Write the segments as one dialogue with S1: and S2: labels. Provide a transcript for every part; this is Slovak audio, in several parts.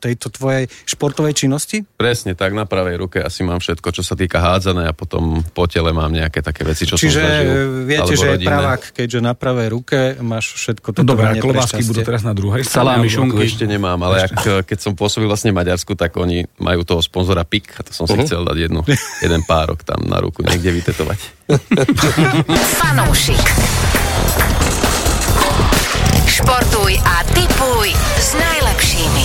S1: tejto tvojej športovej činnosti.
S2: Presne tak, na pravej ruke asi mám všetko, čo sa týka hádzané a potom po tele mám nejaké také veci, čo
S1: Čiže e, eh,
S2: som zažil.
S1: viete,
S2: alebo
S1: že je
S2: rodinné.
S1: pravák, keďže na pravej ruke máš všetko
S3: No Dobre, a
S1: tetovanie pre
S3: klobásky
S1: šťastie.
S3: budú teda- teraz na druhej
S2: Salámy,
S3: strane.
S2: šunky.
S3: šunky.
S2: Ešte nemám, ale ak, keď som pôsobil vlastne v Maďarsku, tak oni majú toho sponzora PIK a to
S4: Mhm.
S2: som si chcel dať jednu, jeden párok tam na ruku niekde vytetovať.
S5: Fanúšik. Športuj a typuj s najlepšími.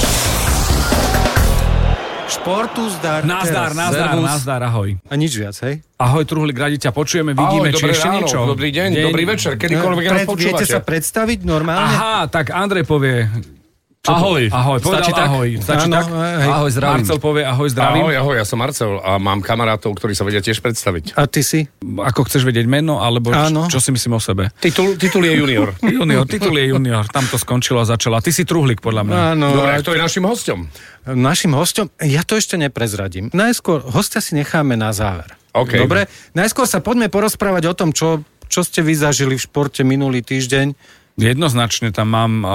S1: Športu zdar.
S3: Nazdar,
S1: teraz.
S3: nazdar,
S1: Servus.
S3: nazdar, ahoj.
S1: A nič viac, hej?
S3: Ahoj, Truhlik, radi ťa počujeme, vidíme,
S4: Ahoj,
S3: či
S4: dobré
S3: ešte
S4: ráno,
S3: niečo.
S4: Dobrý deň, dobrý večer, kedykoľvek nás
S1: Eh, Pred, viete
S4: počúvate.
S1: sa predstaviť normálne?
S3: Aha, tak Andrej povie... ahoj. Ahoj, povedal
S4: Stačí tak?
S3: ahoj. Stačí
S1: Áno,
S3: tak?
S1: hej.
S3: Ahoj, zdravím. Marcel povie ahoj, zdravím.
S4: Ahoj, ahoj, ja som Marcel a mám kamarátov, ktorí sa vedia tiež predstaviť.
S1: A ty si?
S3: Ako chceš vedieť meno, alebo č-
S1: Áno.
S3: čo si myslím o sebe?
S4: Titul, titul je junior.
S3: Junior, titul je junior, tam to skončilo a začalo. A Ty si Truhlik, podľa mňa.
S6: No,
S1: Áno,
S4: Dobre, a kto je našim hostom?
S1: Našim hostom, ja to ešte neprezradím. Najskôr hostia si necháme na záver.
S4: OK.
S1: Dobre, najskôr sa poďme porozprávať o tom, čo, čo ste vy zažili v športe minulý týždeň.
S3: Jednoznačne tam mám uh,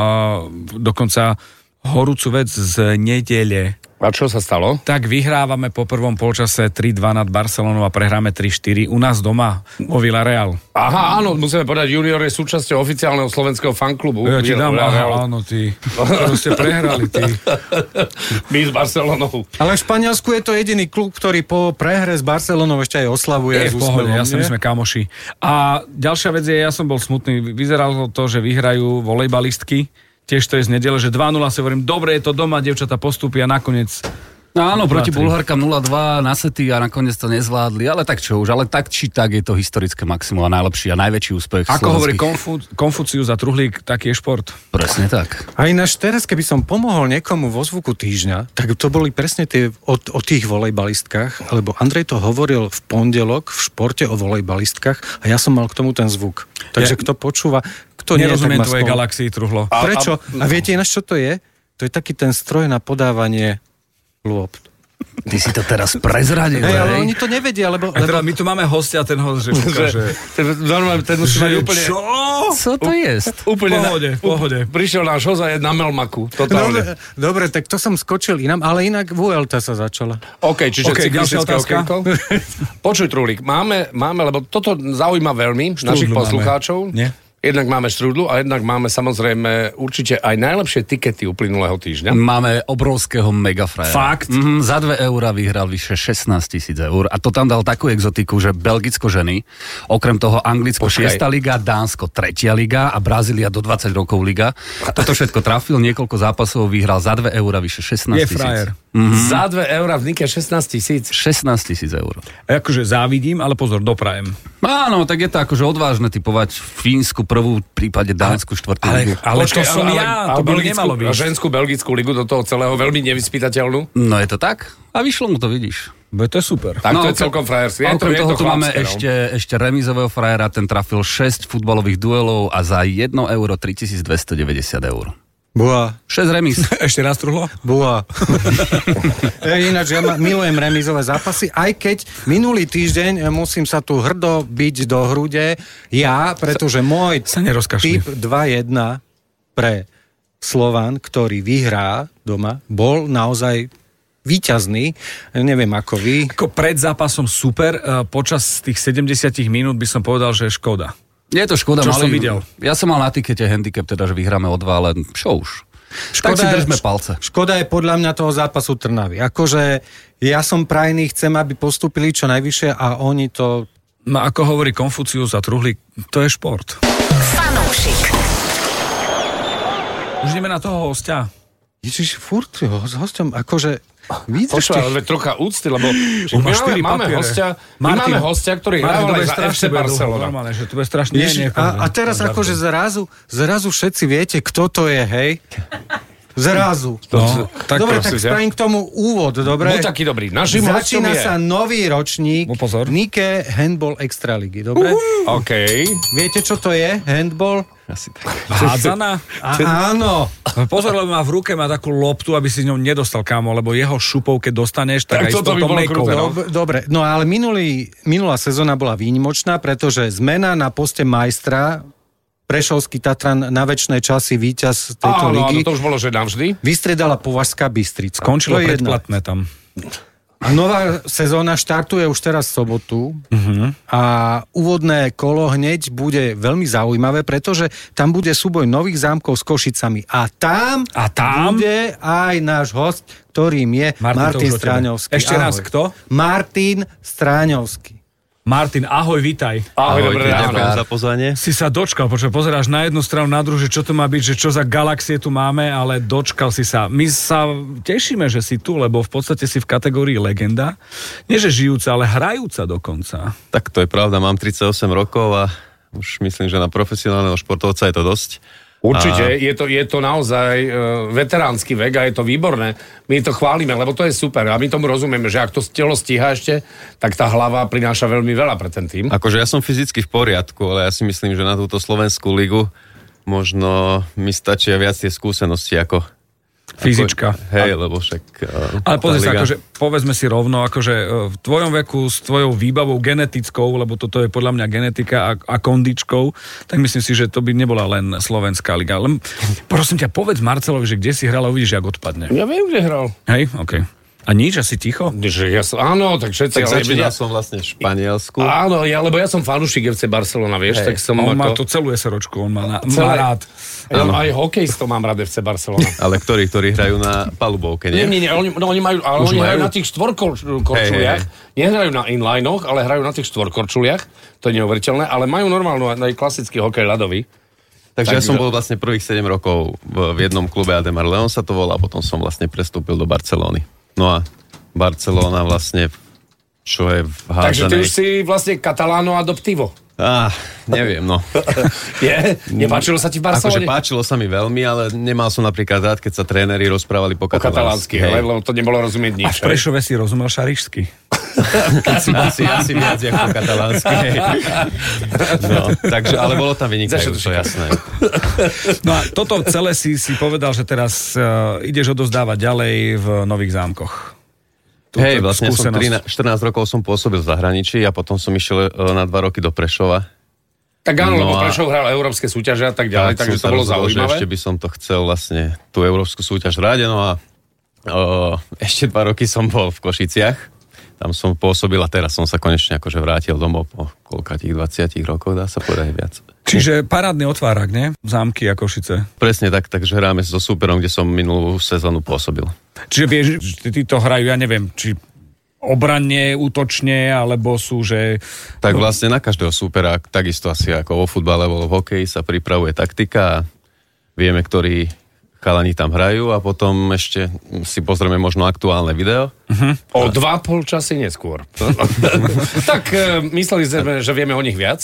S3: dokonca horúcu vec z nedele.
S4: A čo sa stalo?
S3: Tak vyhrávame po prvom polčase 3-2 nad Barcelonou a prehráme 3-4 u nás doma vo Villarreal.
S4: Aha, áno, musíme povedať, junior je súčasťou oficiálneho slovenského fanklubu.
S3: Ja ti dám,
S4: Junior, Real.
S3: aha, áno, ty, ktorú ste prehrali, ty.
S4: My s Barcelonou.
S1: Ale v Španielsku je to jediný klub, ktorý po prehre s Barcelonou ešte aj oslavuje. s
S3: Je v pohode,
S1: úsmevom,
S3: ja som, my
S1: nie?
S3: sme kamoši. A ďalšia vec je, ja som bol smutný, vyzeralo to, že vyhrajú volejbalistky, tiež to je z nedele, že 2-0 si hovorím, dobre, je to doma, devčata postupia, nakoniec
S6: No áno, proti
S3: 2-3.
S6: Bulharkám 0-2 na sety a nakoniec to nezvládli, ale tak čo už, ale tak či tak je to historické maximum a najlepší a najväčší úspech
S3: Ako hovorí
S6: slovenských-
S3: Konfu- Konfucius a Truhlík, taký je šport.
S6: Presne tak.
S1: A ináč teraz, keby som pomohol niekomu vo zvuku týždňa, tak to boli presne tie o, o tých volejbalistkách, lebo Andrej to hovoril v pondelok v športe o volejbalistkách a ja som mal k tomu ten zvuk. Takže
S3: Ja-
S1: kto počúva, kto nie, tak
S3: Nerozumiem
S1: má
S3: tvojej
S1: spolu.
S3: galaxii, Truhlo.
S1: A, Prečo? A, a viete ináč, čo to je? To je taký ten stroj na podávanie lôb.
S6: Ty si to teraz prezradil,
S1: Hej, ale
S6: hej?
S1: oni to nevedia, lebo...
S3: A
S1: lebo
S3: teda my tu máme hostia, ten host, že, ukáže,
S4: Normálne, ten musí mať úplne...
S3: čo?
S6: Co to jest?
S4: Úplne na-
S3: Pohode, pohode. No,
S4: Prišiel náš hozaj na Melmaku,
S1: Dobre,
S4: totálne.
S1: dobre, tak to som skočil inám, ale inak VLT sa začala.
S4: OK, čiže
S3: OK,
S4: okay,
S3: ďalšia otázka.
S4: cyklistické okienko. Počuj, Trulík, máme, máme, lebo toto zaujíma veľmi
S3: Štrúdlu
S4: našich
S3: máme.
S4: poslucháčov.
S3: Nie?
S4: Jednak máme štrúdlu a jednak máme samozrejme určite aj najlepšie tikety uplynulého týždňa.
S6: Máme obrovského megafrajera.
S3: Fakt?
S6: Mm, za 2 eurá vyhral vyše 16 tisíc eur a to tam dal takú exotiku, že Belgicko ženy, okrem toho Anglicko
S4: Počkaj.
S6: 6. liga, Dánsko 3. liga a Brazília do 20 rokov liga. Toto všetko trafil, niekoľko zápasov vyhral za 2 eurá vyše
S3: Je
S6: 16 tisíc.
S3: frajer.
S4: Za 2 eurá v Nike 16 tisíc.
S6: 16 tisíc eur.
S3: Akože závidím, ale pozor, doprajem.
S6: Áno, tak je to akože odvážne typovať Fínsku prvú, v prípade Dánsku štvrtú ligu.
S3: Ale to som
S4: ale-
S3: ja,
S4: ale
S3: to by
S4: belgickú-
S3: nemalo byť.
S4: Ženskú belgickú ligu do toho celého veľmi nevyspytateľnú.
S6: No je to tak? A vyšlo mu to, vidíš.
S3: Bo to je super.
S4: Tak to
S6: no,
S4: je celkom frajerské. Je to,
S6: A okrem
S4: je
S6: toho
S4: to
S6: tu máme
S4: chlapské, no.
S6: ešte, ešte remizového frajera, ten trafil 6 futbalových duelov a za 1 euro 3290 eur.
S1: Boa.
S6: 6 remis.
S3: Ešte raz truhlo?
S1: Búha. Ja E, Ináč, ja ma, milujem remizové zápasy, aj keď minulý týždeň e, musím sa tu hrdo byť do hrude ja, pretože môj
S3: Sa nerozkašli.
S1: typ 2-1 pre Slovan, ktorý vyhrá doma, bol naozaj výťazný. Neviem ako vy.
S3: Ako pred zápasom super, eh, počas tých 70 minút by som povedal, že je škoda.
S6: Je to škoda.
S3: Čo
S6: mali,
S3: som videl.
S6: Ja som mal na tikete handicap, teda, že vyhráme o 2, ale čo už. tak si
S1: je-
S6: držme
S1: š-
S6: palce.
S1: Škoda je podľa mňa toho zápasu Trnavy. Akože ja som prajný, chcem, aby postúpili čo najvyššie a oni to
S3: No ako hovorí Konfucius a Truhlík, to je šport.
S5: Fanúšik.
S3: Už ideme na toho hostia.
S1: Ježiš, furt jo, s hostom, akože... Vidíš,
S4: Počúvaj, ale
S1: tých...
S4: trocha úcty, lebo
S3: Už
S4: my
S3: má
S4: máme,
S3: štyri
S4: máme
S3: papiere.
S4: hostia, my
S3: Martin.
S4: máme hostia, ktorý
S3: Martin, to
S4: hrával aj
S3: bude
S4: za
S3: strašne
S4: FC
S3: bude
S4: Barcelona.
S3: Normálne, že to bude strašne...
S1: Ježiš, a, a teraz akože zrazu, zrazu všetci viete, kto to je, hej? Zrazu.
S3: No,
S1: tak
S3: tak
S1: dobre, tak
S4: prosím ťa.
S1: spravím k tomu úvod, dobre?
S4: No taký dobrý. Našim hostom
S1: Začína
S4: je...
S1: sa nový ročník
S3: No, pozor.
S1: Nike Handball Extraligy, dobre?
S4: OK.
S1: Viete, čo to je handball?
S2: Asi tak.
S3: Hádzaná? A, áno. Pozor, lebo má v ruke má takú loptu, aby si s ňou nedostal kámo, lebo jeho šupou, keď dostaneš, tak,
S4: Tak
S3: aj s
S4: toto by
S3: touto
S4: bolo
S3: mekou.
S4: kruté, no.
S3: No,
S1: Dob- Dobre, no ale minulý, minulá sezóna bola výnimočná, pretože zmena na poste majstra Prešovský Tatran na väčšie časy víťaz tejto
S4: Áno, áno,
S1: ligy.
S4: to už bolo, že navždy.
S1: Vystredala Považská Bystrica. To
S3: Končilo
S1: je jedna
S3: predplatné tam.
S1: a nová sezóna štartuje už teraz v sobotu
S3: Mhm.
S1: uh-huh. a úvodné kolo hneď bude veľmi zaujímavé, pretože tam bude súboj nových zámkov s Košicami. A tam,
S3: A tam?
S1: bude aj náš host, ktorým je
S3: Martin,
S1: Martin, Martin
S3: to už o tebe.
S1: Stráňovský.
S3: Ešte raz, kto?
S1: Martin Stráňovský.
S3: Martin, ahoj, vítaj.
S4: Ahoj, dobré
S2: Ahojte,
S4: ráno.
S2: ďakujem za pozvanie.
S3: Si sa dočkal, počkaj, pozeráš na jednu stranu, na druhú, že čo to má byť, že čo za galaxie tu máme, ale dočkal si sa. My sa tešíme, že si tu, lebo v podstate si v kategórii legenda. Nie, že žijúca, ale hrajúca dokonca.
S2: Tak to je pravda, mám 38 rokov a už myslím, že na profesionálneho športovca je to dosť.
S4: Určite, je to, je to naozaj e, veteránsky vek a je to výborné. My to chválime, lebo to je super a my tomu rozumieme, že ak to telo stíha ešte, tak tá hlava prináša veľmi veľa pre ten tým.
S2: Akože ja som fyzicky v poriadku, ale ja si myslím, že na túto slovenskú ligu možno mi stačia viac tie skúsenosti ako...
S3: Fyzička.
S2: Ako, hej, lebo však... eh,
S3: Ale pozri
S2: tá
S3: sa,
S2: liga-
S3: akože, povedzme si rovno, akože e, v tvojom veku s tvojou výbavou genetickou, lebo toto je podľa mňa genetika a, a kondičkou, tak myslím si, že to by nebola len slovenská liga. Len, prosím ťa, povedz Marcelovi, že kde si hral a uvidíš, ak odpadne.
S4: Ja viem, kde hral.
S3: Hej, OK. A nič, asi ticho?
S4: Že ja som, áno, tak všetci...
S2: Tak
S4: ale
S2: začínal
S4: ja-
S2: som vlastne v Španielsku.
S4: Áno, ja, lebo ja som fanúšik FC Barcelona, vieš, hey, tak som
S3: On má
S4: ako...
S3: to celú SROčku, on má, na, má
S4: celé-
S3: rád.
S4: Ja aj hokejistov mám rád FC Barcelona.
S2: Ale ktorí, ktorí hrajú na palubovke,
S4: Nie,
S2: nie?
S4: nie, nie, oni, no, oni majú, ale
S2: Už majú?
S4: oni hrajú na tých štvorkorčuliach.
S2: Hej,
S4: Nehrajú na inlinoch, ale hrajú na tých štvorkorčuliach. To je neuveriteľné, ale majú normálnu, aj klasický hokej ľadový.
S2: Takže ja
S4: Takže-
S2: som bol vlastne prvých 7 rokov v, v jednom klube Ademar Leon sa to volá, potom som vlastne prestúpil do Barcelóny. No a Barcelona vlastne, čo je v
S4: Takže ty už
S2: hádzanej...
S4: si vlastne kataláno adoptivo.
S2: Á, neviem, no.
S4: Je? Nepáčilo sa ti v
S2: Akože
S4: Barcelone?
S2: páčilo sa mi veľmi, ale nemal som napríklad rád, keď sa tréneri rozprávali po,
S4: po katalánsky,
S2: hej.
S4: hej, lebo to nebolo rozumieť
S3: A
S4: nič.
S3: v Prešove si rozumel šarišsky.
S2: asi, asi, asi viac ako po katalánsky. hej. No, takže, ale bolo tam vynikajúco,
S4: Zašetuška.
S2: to jasné.
S3: No a toto celé si, si povedal, že teraz uh, ideš odozdávať ďalej v Nových zámkoch. Túto
S2: Hej, vlastne som
S3: skúsenosť.
S2: 13, 14 rokov som pôsobil v zahraničí a potom som išiel e, na 2 roky do Prešova.
S4: Tak áno,
S2: No
S4: lebo
S2: a-
S4: Prešov hral európske súťaže a tak ďalej, takže
S2: som sa
S4: to bolo
S2: rozhodol, že
S4: zaujímavé.
S2: Ešte by som to chcel vlastne tú európsku súťaž hrať, no a o, ešte dva roky som bol v Košiciach. Tam som pôsobil a teraz som sa konečne akože vrátil domov po koľka tých 20 rokoch, dá sa povedať aj viac.
S3: Čiže parádny otvárak, nie? Zámky a Košice.
S2: Presne tak, takže hráme so súperom, kde som minulú sezónu pôsobil.
S3: Čiže vieš, že tí to hrajú, ja neviem, či obranne, útočne, alebo sú, že...
S2: Tak vlastne na každého súpera, takisto asi ako vo futbale, alebo v hokeji sa pripravuje taktika a vieme, ktorí chalani tam hrajú a potom ešte si pozrieme možno aktuálne video.
S4: O dva pol časy neskôr. tak e, mysleli sme, že vieme o nich viac.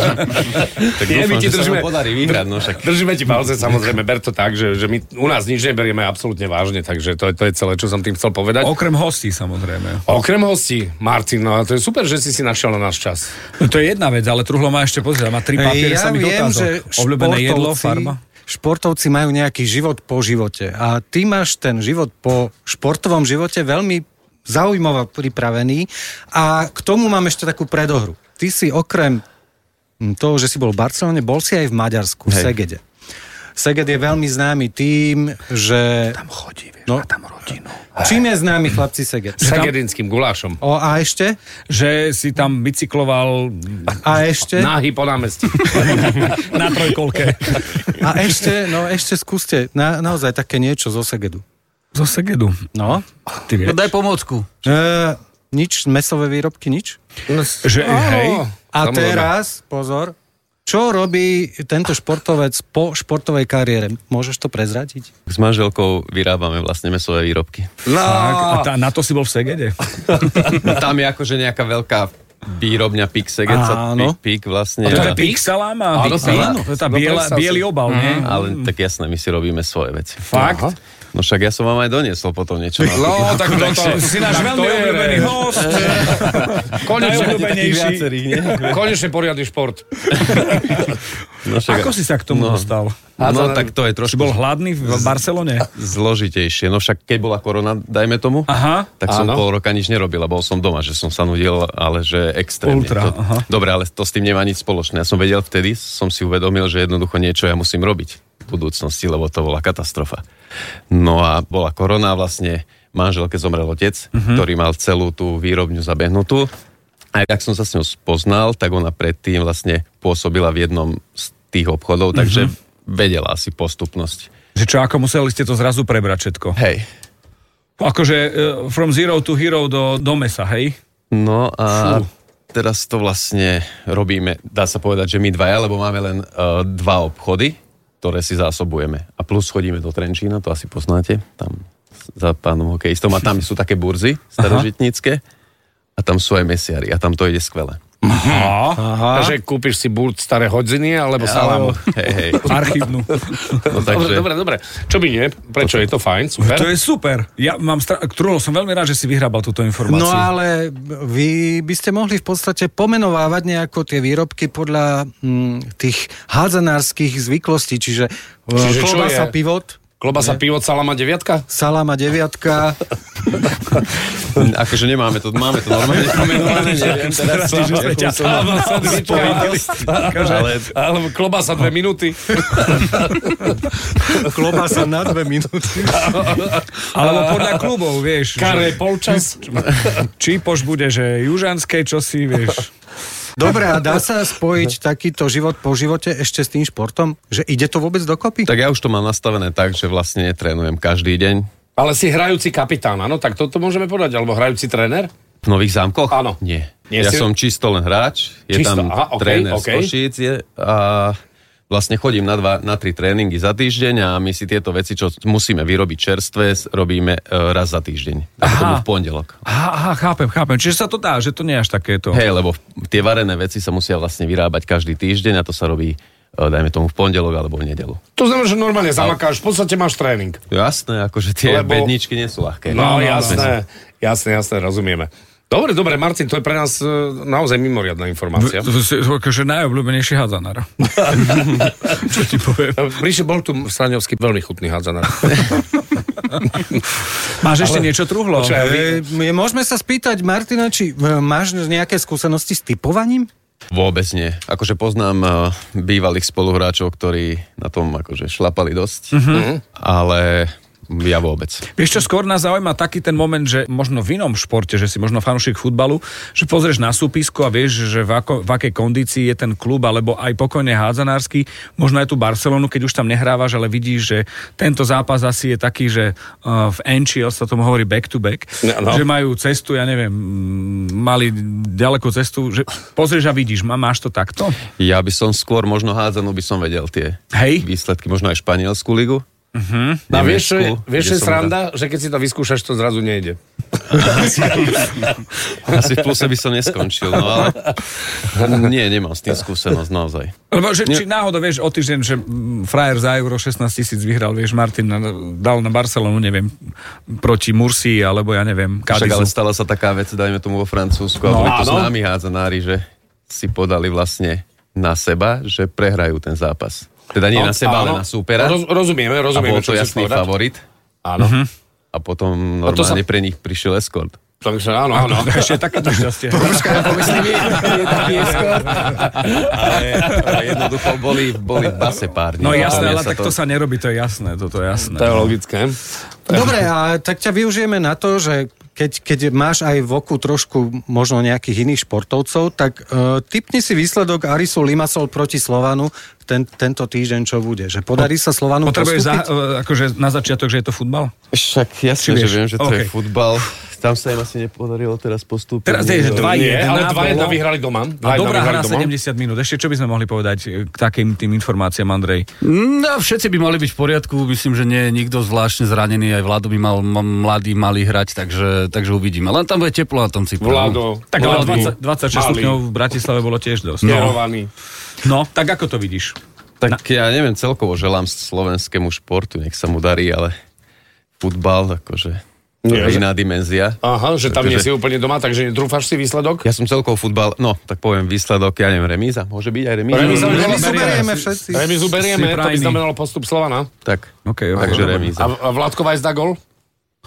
S2: Tak
S4: Nie, my
S2: dúfam,
S4: ti
S2: že sa
S4: držíme-
S2: mu podarí vyhrať, no však
S4: Držíme ti palce, samozrejme, ber to tak, že, že my u nás nič neberieme absolútne vážne, takže to, je- to je celé, čo som tým chcel povedať.
S3: Okrem hostí, samozrejme.
S4: Okrem hostí, Martin, no to je super, že si si našiel na náš čas.
S3: No to je jedna vec, ale Truhlo má ešte pozrieť, má tri papiere
S1: ja
S3: samých
S1: viem,
S3: otázok.
S1: že
S3: Obľúbené jedlo,
S1: športovci-
S3: farma.
S1: Športovci majú nejaký život po živote a ty máš ten život po športovom živote veľmi zaujímavo pripravený a k tomu mám ešte takú predohru. Ty si okrem toho, že si bol v Barcelone, bol si aj v Maďarsku, v
S2: Hej.
S1: Segede. Seged je veľmi známy tým, že... Tam
S4: chodí, vieš,
S1: no, tam rodinu. Čím je známy chlapci Seged?
S4: S sagedinským gulášom.
S1: O, a ešte?
S3: Že si tam bicykloval
S1: A ešte?
S4: Náhy po námestí.
S3: na trojkolke.
S1: A ešte, no ešte skúste na, naozaj také niečo zo Segedu.
S3: Zo Segedu.
S1: No.
S3: Ty vieš?
S6: No daj pomôcku.
S1: E, nič, mesové výrobky, nič.
S3: Že, hej,
S1: A
S4: Samozrejme.
S1: teraz, pozor, čo robí tento športovec po športovej kariére? Môžeš to prezradiť?
S2: s manželkou vyrábame vlastne mesové výrobky.
S3: tak, a tá, na to si bol v Segede.
S2: No, tam je akože nejaká veľká výrobňa Pixeget sa
S1: Áno.
S2: Pik vlastne...
S3: A to je
S2: a-
S3: pík saláma?
S4: Áno,
S3: Pík saláma. To je tá
S4: No,
S3: biela,
S4: predstav si.
S3: biely obal, nie?
S2: Ale tak jasné, my si robíme svoje veci.
S3: Fakt?
S4: Aha.
S2: No však ja som vám aj doniesol potom niečo. na-
S4: No, tak to,
S3: Takže si náš
S4: tak to
S3: veľmi
S4: je
S3: obľúbený
S4: reč.
S3: host.
S4: Konečne,
S3: Najobľúbenejší.
S2: Takých viacerých, nie?
S4: konečne poriadny šport.
S2: No, však-
S3: Ako si sa k tomu dostal?
S2: No tak to je trošku
S3: Si bol hladný v Barcelone?
S2: zložitejšie. No však keď bola korona, dajme tomu,
S3: Aha.
S2: tak som
S4: Áno.
S2: pol roka nič nerobil a bol som doma, že som sa nudil, ale že extrémne.
S3: Ultra,
S2: to,
S3: aha.
S2: dobre, ale to s tým nemá nič spoločné. Ja som vedel vtedy, som si uvedomil, že jednoducho niečo ja musím robiť v budúcnosti, lebo to bola katastrofa. No a bola korona vlastne, manželke zomrel otec,
S3: Mhm.
S2: ktorý mal celú tú výrobňu zabehnutú. A ak som sa s ňou spoznal, tak ona predtým vlastne pôsobila v jednom z tých obchodov,
S3: Mhm.
S2: takže vedela asi postupnosť.
S3: Že čo, ako museli ste to zrazu prebrať všetko?
S2: Hej.
S3: Akože eh, from zero to hero do, do mesa, hej?
S2: No a teraz to vlastne robíme, dá sa povedať, že my dvaja, lebo máme len uh, dva obchody, ktoré si zásobujeme. A plus chodíme do Trenčína, to asi poznáte, tam za pánom hokejistom. A tam sú také burzy starožitnícke a tam sú aj mesiary a tam to ide skvele.
S3: Aha.
S4: Takže kúpiš si burt staré hodziny alebo salámu.
S2: Hej, hej.
S3: Archívnu.
S2: No,
S4: No. Dobre,
S2: takže,
S4: dobre, dobre. Čo by nie? Prečo je to fajn? Super.
S3: To je super. Ja mám stra... Trulo, som veľmi rád, že si vyhrábal túto informáciu.
S1: No ale vy by ste mohli v podstate pomenovávať nejako tie výrobky podľa hm, tých hádzanárskych zvyklostí, čiže,
S4: Čiže
S1: čiže
S4: čo
S1: klobasa
S4: je?
S1: pivot,
S4: Klobasa, pivo, salama, deviatka?
S1: saláma deviatka,
S2: akože nemáme to, máme to normálne. pomenované, neviem teraz, čo-
S3: ťa
S2: akú som mal odpovednosť,
S4: akože.
S2: ale
S4: Alebo klobasa dve minúty.
S1: klobasa na dve minúty.
S3: Alebo podľa klubov, vieš.
S4: Karé polčas.
S3: Či poš bude, že južanské, čo si, vieš.
S1: Dobre, a dá sa spojiť takýto život po živote ešte s tým športom? Že ide to vôbec dokopy?
S2: Tak ja už to mám nastavené tak, že vlastne netrénujem každý deň.
S4: Ale si hrajúci kapitán, áno, tak toto môžeme povedať. Alebo hrajúci tréner?
S2: V Nových zámkoch?
S4: Áno.
S2: Nie.
S4: Nie
S2: ja
S4: si-
S2: som čisto len hráč, je
S4: Čisto,
S2: tam
S4: aha, okej,
S2: tréner
S4: okej.
S2: z Košíc je, a vlastne chodím na, dva, na tri tréningy za týždeň a my si tieto veci, čo musíme vyrobiť čerstvé, s- robíme e, raz za týždeň. Aha. Tomu v pondelok.
S3: Aha, aha, chápem, chápem. Čiže sa to dá, že to nie je až takéto.
S2: Hej, lebo v- tie varené veci sa musia vlastne vyrábať každý týždeň a to sa robí, e, dajme tomu, v pondelok alebo v nedelu.
S4: To znamená, že normálne
S2: No.
S4: zamakáš, v podstate máš tréning.
S2: Jasné, akože tie
S4: Lebo-
S2: lebo... bedničky nie sú ľahké.
S4: No, jasné, jasné, jasné, rozumieme. Dobre, dobre, Martin, to je pre nás e, naozaj mimoriadná informácia.
S3: To je akože najobľúbenejší hadzanár. čo ti poviem?
S4: Prišiel, bol tu Straňovský veľmi chutný hádzanar.
S3: Máš ešte niečo truhlo?
S4: Počkaj, vy-
S1: E, m- Môžeme sa spýtať, Martina, či e, máš nejaké skúsenosti s typovaním?
S2: Vôbec nie. Akože poznám uh, bývalých spoluhráčov, ktorí na tom akože šlapali dosť,
S4: Mhm.
S2: mm-hmm. ale ja vôbec.
S3: Vieš čo, skôr nás zaujíma taký ten moment, že možno v inom športe, že si možno fanúšik futbalu, že pozrieš na súpisko a vieš, že v, ako, v akej kondícii je ten klub, alebo aj pokojne hádzanársky, možno aj tú Barcelonu, keď už tam nehrávaš, ale vidíš, že tento zápas asi je taký, že uh, v NCL sa tomu hovorí back to back,
S4: No, no.
S3: že majú cestu, ja neviem, mm, mali ďalekú cestu, že pozrieš a vidíš, má, máš to takto?
S2: Ja by som skôr možno hádzanú by som vedel tie
S3: Hej.
S2: výsledky, možno aj španielskú ligu. Mm-hmm.
S4: No a vieš, čo je, vieš, čo je sranda? Že keď si to vyskúšaš, to zrazu nejde.
S2: Asi v pluse by som neskončil, no ale nie, nemám s tým skúsenosť naozaj.
S3: Lebo že, či náhodou vieš o týždeň, že mm, frajer za euro 16 tisíc vyhral, vieš, Martin na, dal na Barcelonu, neviem, proti Mursii, alebo ja neviem,
S2: Však ale
S3: Kadizu.
S2: stala sa taká vec, dajme tomu vo Francúzsku, a
S3: No,
S2: boli tu s
S4: áno.
S2: nami hádzanári, že si podali vlastne na seba, že prehrajú ten zápas. Teda nie na
S4: No,
S2: seba, ale na
S4: áno.
S2: súpera.
S4: Roz, rozumieme,
S2: a
S4: rozumieme,
S2: bol to
S4: chceš
S2: jasný
S4: povedať.
S2: favorit. Mhm.
S4: Áno.
S2: A potom
S4: to
S2: normálne
S4: sa-
S2: pre nich prišiel eskort.
S4: Takže áno, áno.
S3: Ešte takéto šťastie.
S2: Ale, ale jednoducho boli, boli v base pár dní.
S3: No
S2: Potom
S3: jasné,
S2: ja
S3: ale
S2: sa
S3: tak to sa nerobí, to je jasné, toto je jasné.
S4: To je logické.
S1: Dobre, a tak ťa využijeme na to, že keď, keď máš aj v oku trošku možno nejakých iných športovcov, tak e, typni si výsledok Arisu Limasol proti Slovanu ten, tento týždeň, čo bude. Že podarí sa Slovanu
S3: Potrebuješ za,
S1: postúpiť?
S3: e, akože na začiatok, že je to futbal?
S2: Však jasne,
S3: Či
S2: že
S3: vieš?
S2: viem, že to
S3: OK.
S2: je futbal. Tam sa im asi nepodarilo teraz postúpiť.
S3: Teraz je, že
S2: Eh,
S3: dva-
S4: Nie,
S3: jedna
S4: ale 2-1
S3: bolo.
S4: vyhrali doma. 2-1
S3: A dobrá
S4: vyhrali
S3: hra
S4: doma.
S3: 70 minút. Ešte čo by sme mohli povedať e, k takým tým informáciám, Andrej?
S6: No, všetci by mali byť v poriadku, myslím, že nie je nikto zvláštne zranený, aj Vlado by mal, m- mladý mali hrať, takže, takže uvidíme. Len tam bude teplo na tom cipre.
S4: Vlado.
S3: Tak ale
S4: Vlado.
S3: 20, 26
S4: Malý.
S3: stupňov v Bratislave bolo tiež dosť.
S4: Smerovaný.
S3: No, tak ako to vidíš?
S2: Tak ja neviem, celkovo želám slovenskému športu, nech sa mu darí, ale futbal, akože, to
S4: Nie,
S2: je
S4: že-
S2: iná dimenzia.
S4: Aha, že tam nie
S2: Takže-
S4: si úplne doma, takže netrúfaš si výsledok?
S2: Ja som celkovo futbal, no, tak poviem výsledok, ja neviem, remíza, môže byť aj remíza.
S4: Remíza,
S2: Remíza.
S4: Remizu
S1: berieme všetci.
S4: Remizu berieme, to by
S3: prajný.
S4: znamenalo postup Slovana.
S2: Tak,
S3: OK, OK.
S2: takže
S3: dobre.
S2: remíza.
S4: A, a Vládko Vajs dá gol?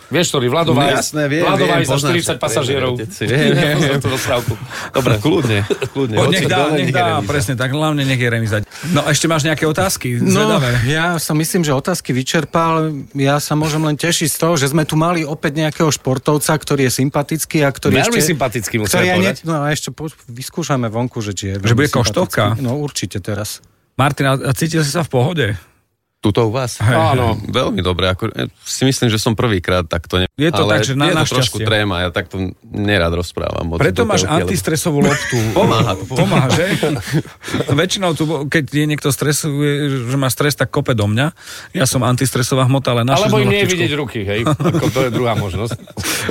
S4: Vieš, ktorý? Vlado
S2: No,
S4: Vajs.
S2: jasné, viem,
S4: Vlado
S2: viem,
S4: Vajs za
S2: poznám
S4: 40
S2: však,
S4: pasažierov.
S2: viem, viem, viem.
S4: Poznám tú rozprávku.
S2: Dobre, kľudne, kľudne.
S3: Poď,
S2: hoci
S3: nech dá,
S2: dole,
S3: nech
S2: nech je
S3: dá,
S2: remíza.
S3: presne tak, hlavne nech je remíza. No, ešte máš nejaké otázky?
S1: No,
S3: Zvedavé.
S1: ja sa myslím, že otázky vyčerpal. Ja sa môžem len tešiť z toho, že sme tu mali opäť nejakého športovca, ktorý je sympatický a ktorý
S4: Veľmi
S1: ešte...
S4: sympatický, musíme
S1: ktorý aj
S4: povedať.
S1: No a ešte po, vyskúšame vonku, že či je
S3: Že
S1: veľmi
S3: bude koštovka?
S1: sympatický. No určite teraz.
S3: Martin, a a cítil si sa v pohode?
S2: Tuto u vás?
S4: Áno.
S2: Veľmi dobre, ako, e, si myslím, že som prvýkrát takto ne...
S3: Je to
S2: ale
S3: tak, že
S2: je
S3: na-
S2: to
S3: našťastie.
S2: trošku tréma, ja takto nerád rozprávam. Moc
S3: Preto
S2: do telky,
S3: máš
S2: lebo-
S3: antistresovú loptu.
S2: Pomáha to,
S3: Pomáha, že? Väčšinou tu, bo- keď je niekto stresuje, že má stres, tak kope do mňa. Ja som antistresová hmota, ale naša
S4: Alebo im nie je vidieť ruky, hej. Ako to je druhá možnosť.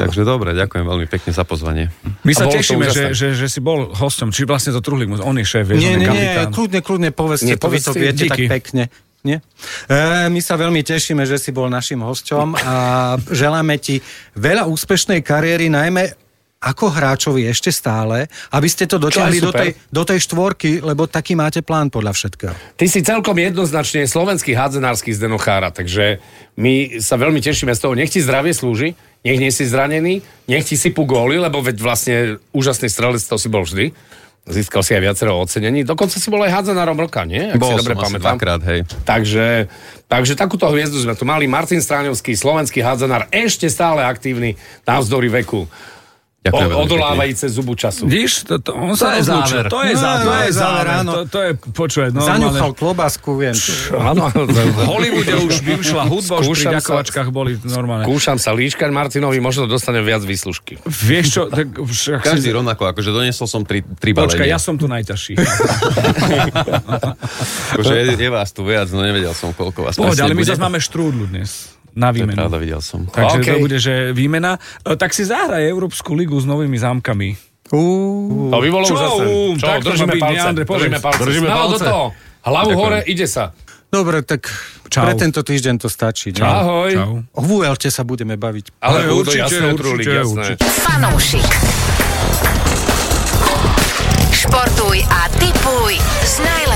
S2: Takže dobre, ďakujem veľmi pekne za pozvanie.
S3: My sa
S4: A bolo to
S3: tešíme, že,
S4: úžasné.
S3: že, že, si bol hosťom. Či vlastne to Truhlík, on je šéf, vieš,
S1: Nie,
S3: on
S1: nie,
S3: je
S1: nie,
S3: kapitán.
S1: kľudne, kľudne povedzte,
S4: Nie,
S1: to, vy to
S4: povedzte,
S1: viete
S3: díky.
S1: tak pekne. Nie? E, my sa veľmi tešíme, že si bol našim hosťom a želáme ti veľa úspešnej kariéry, najmä ako hráčovi ešte stále, aby ste to dotiahli
S4: Čo je
S1: do
S4: super.
S1: tej, do tej štvorky, lebo taký máte plán podľa všetkého.
S4: Ty si celkom jednoznačne slovenský hádzenársky z Denochára, takže my sa veľmi tešíme z toho. Nech ti zdravie slúži, nech nie si zranený, nech ti sypú góly, lebo veď vlastne úžasný strelec to si bol vždy. Získal si aj viacero ocenení. Dokonca si bol aj hádzenárom roka, nie? Ak
S2: Bol
S4: si dobre
S2: som asi
S4: pamätám.
S2: dvakrát, hej.
S4: Takže, takže takúto hviezdu sme tu mali. Martin Stráňovský, slovenský hádzanár, ešte stále aktívny navzdory veku. O,
S2: Ďakujem veľmi pekne.
S4: odolávajú cez zubu času.
S3: Vidíš, to, to, on sa
S6: je
S3: rozlúčil.
S6: záver.
S3: To je
S1: No,
S3: záver.
S1: to je záver, áno.
S3: To, to je, počuť, no,
S1: Zaňuchal klobásku, viem.
S4: Áno,
S3: V Hollywoode už by vyšla hudba, už pri
S4: Skúšam sa-
S3: ďakovačkách boli normálne.
S4: Kúšam sa líškar Martinovi, možno dostane viac výslužky.
S3: Vieš čo, tak však si-
S2: Každý rovnako, akože doniesol som tri, tri
S3: Počkaj,
S2: balenia.
S3: ja som tu najťažší.
S2: Akože je, je, vás tu viac, no nevedel som, koľko vás
S3: Pohoď,
S2: presne
S3: ale my
S2: bude.
S3: zase máme štrúdlu dnes
S2: To
S3: na
S2: je
S3: výmenu.
S2: Pravda, videl som.
S3: Takže okay. to
S4: OK.
S3: bude, že výmena. E, Tak si zahraj Európsku ligu s novými zámkami.
S4: To by bolo
S3: Čo,
S4: úžasné.
S3: um,
S4: Čo,
S3: tak to
S4: držíme
S3: má byť,
S4: palce.
S3: Neandre, povedz.
S4: držíme palce.
S3: Držíme
S4: Snáď do
S3: palce.
S4: toho. Hlavu hore, ide sa.
S1: Dobre, tak
S3: Čau.
S1: Čau. pre tento týždeň to stačí. nie?
S4: Ahoj.
S3: Čau.
S1: O VLT sa budeme baviť.
S4: Ale
S3: Ale
S4: budú
S3: určite,
S4: jasné
S3: určite,
S4: trulík, jasné.
S3: určite.
S5: Fanúšik. Športuj a tipuj s najlepším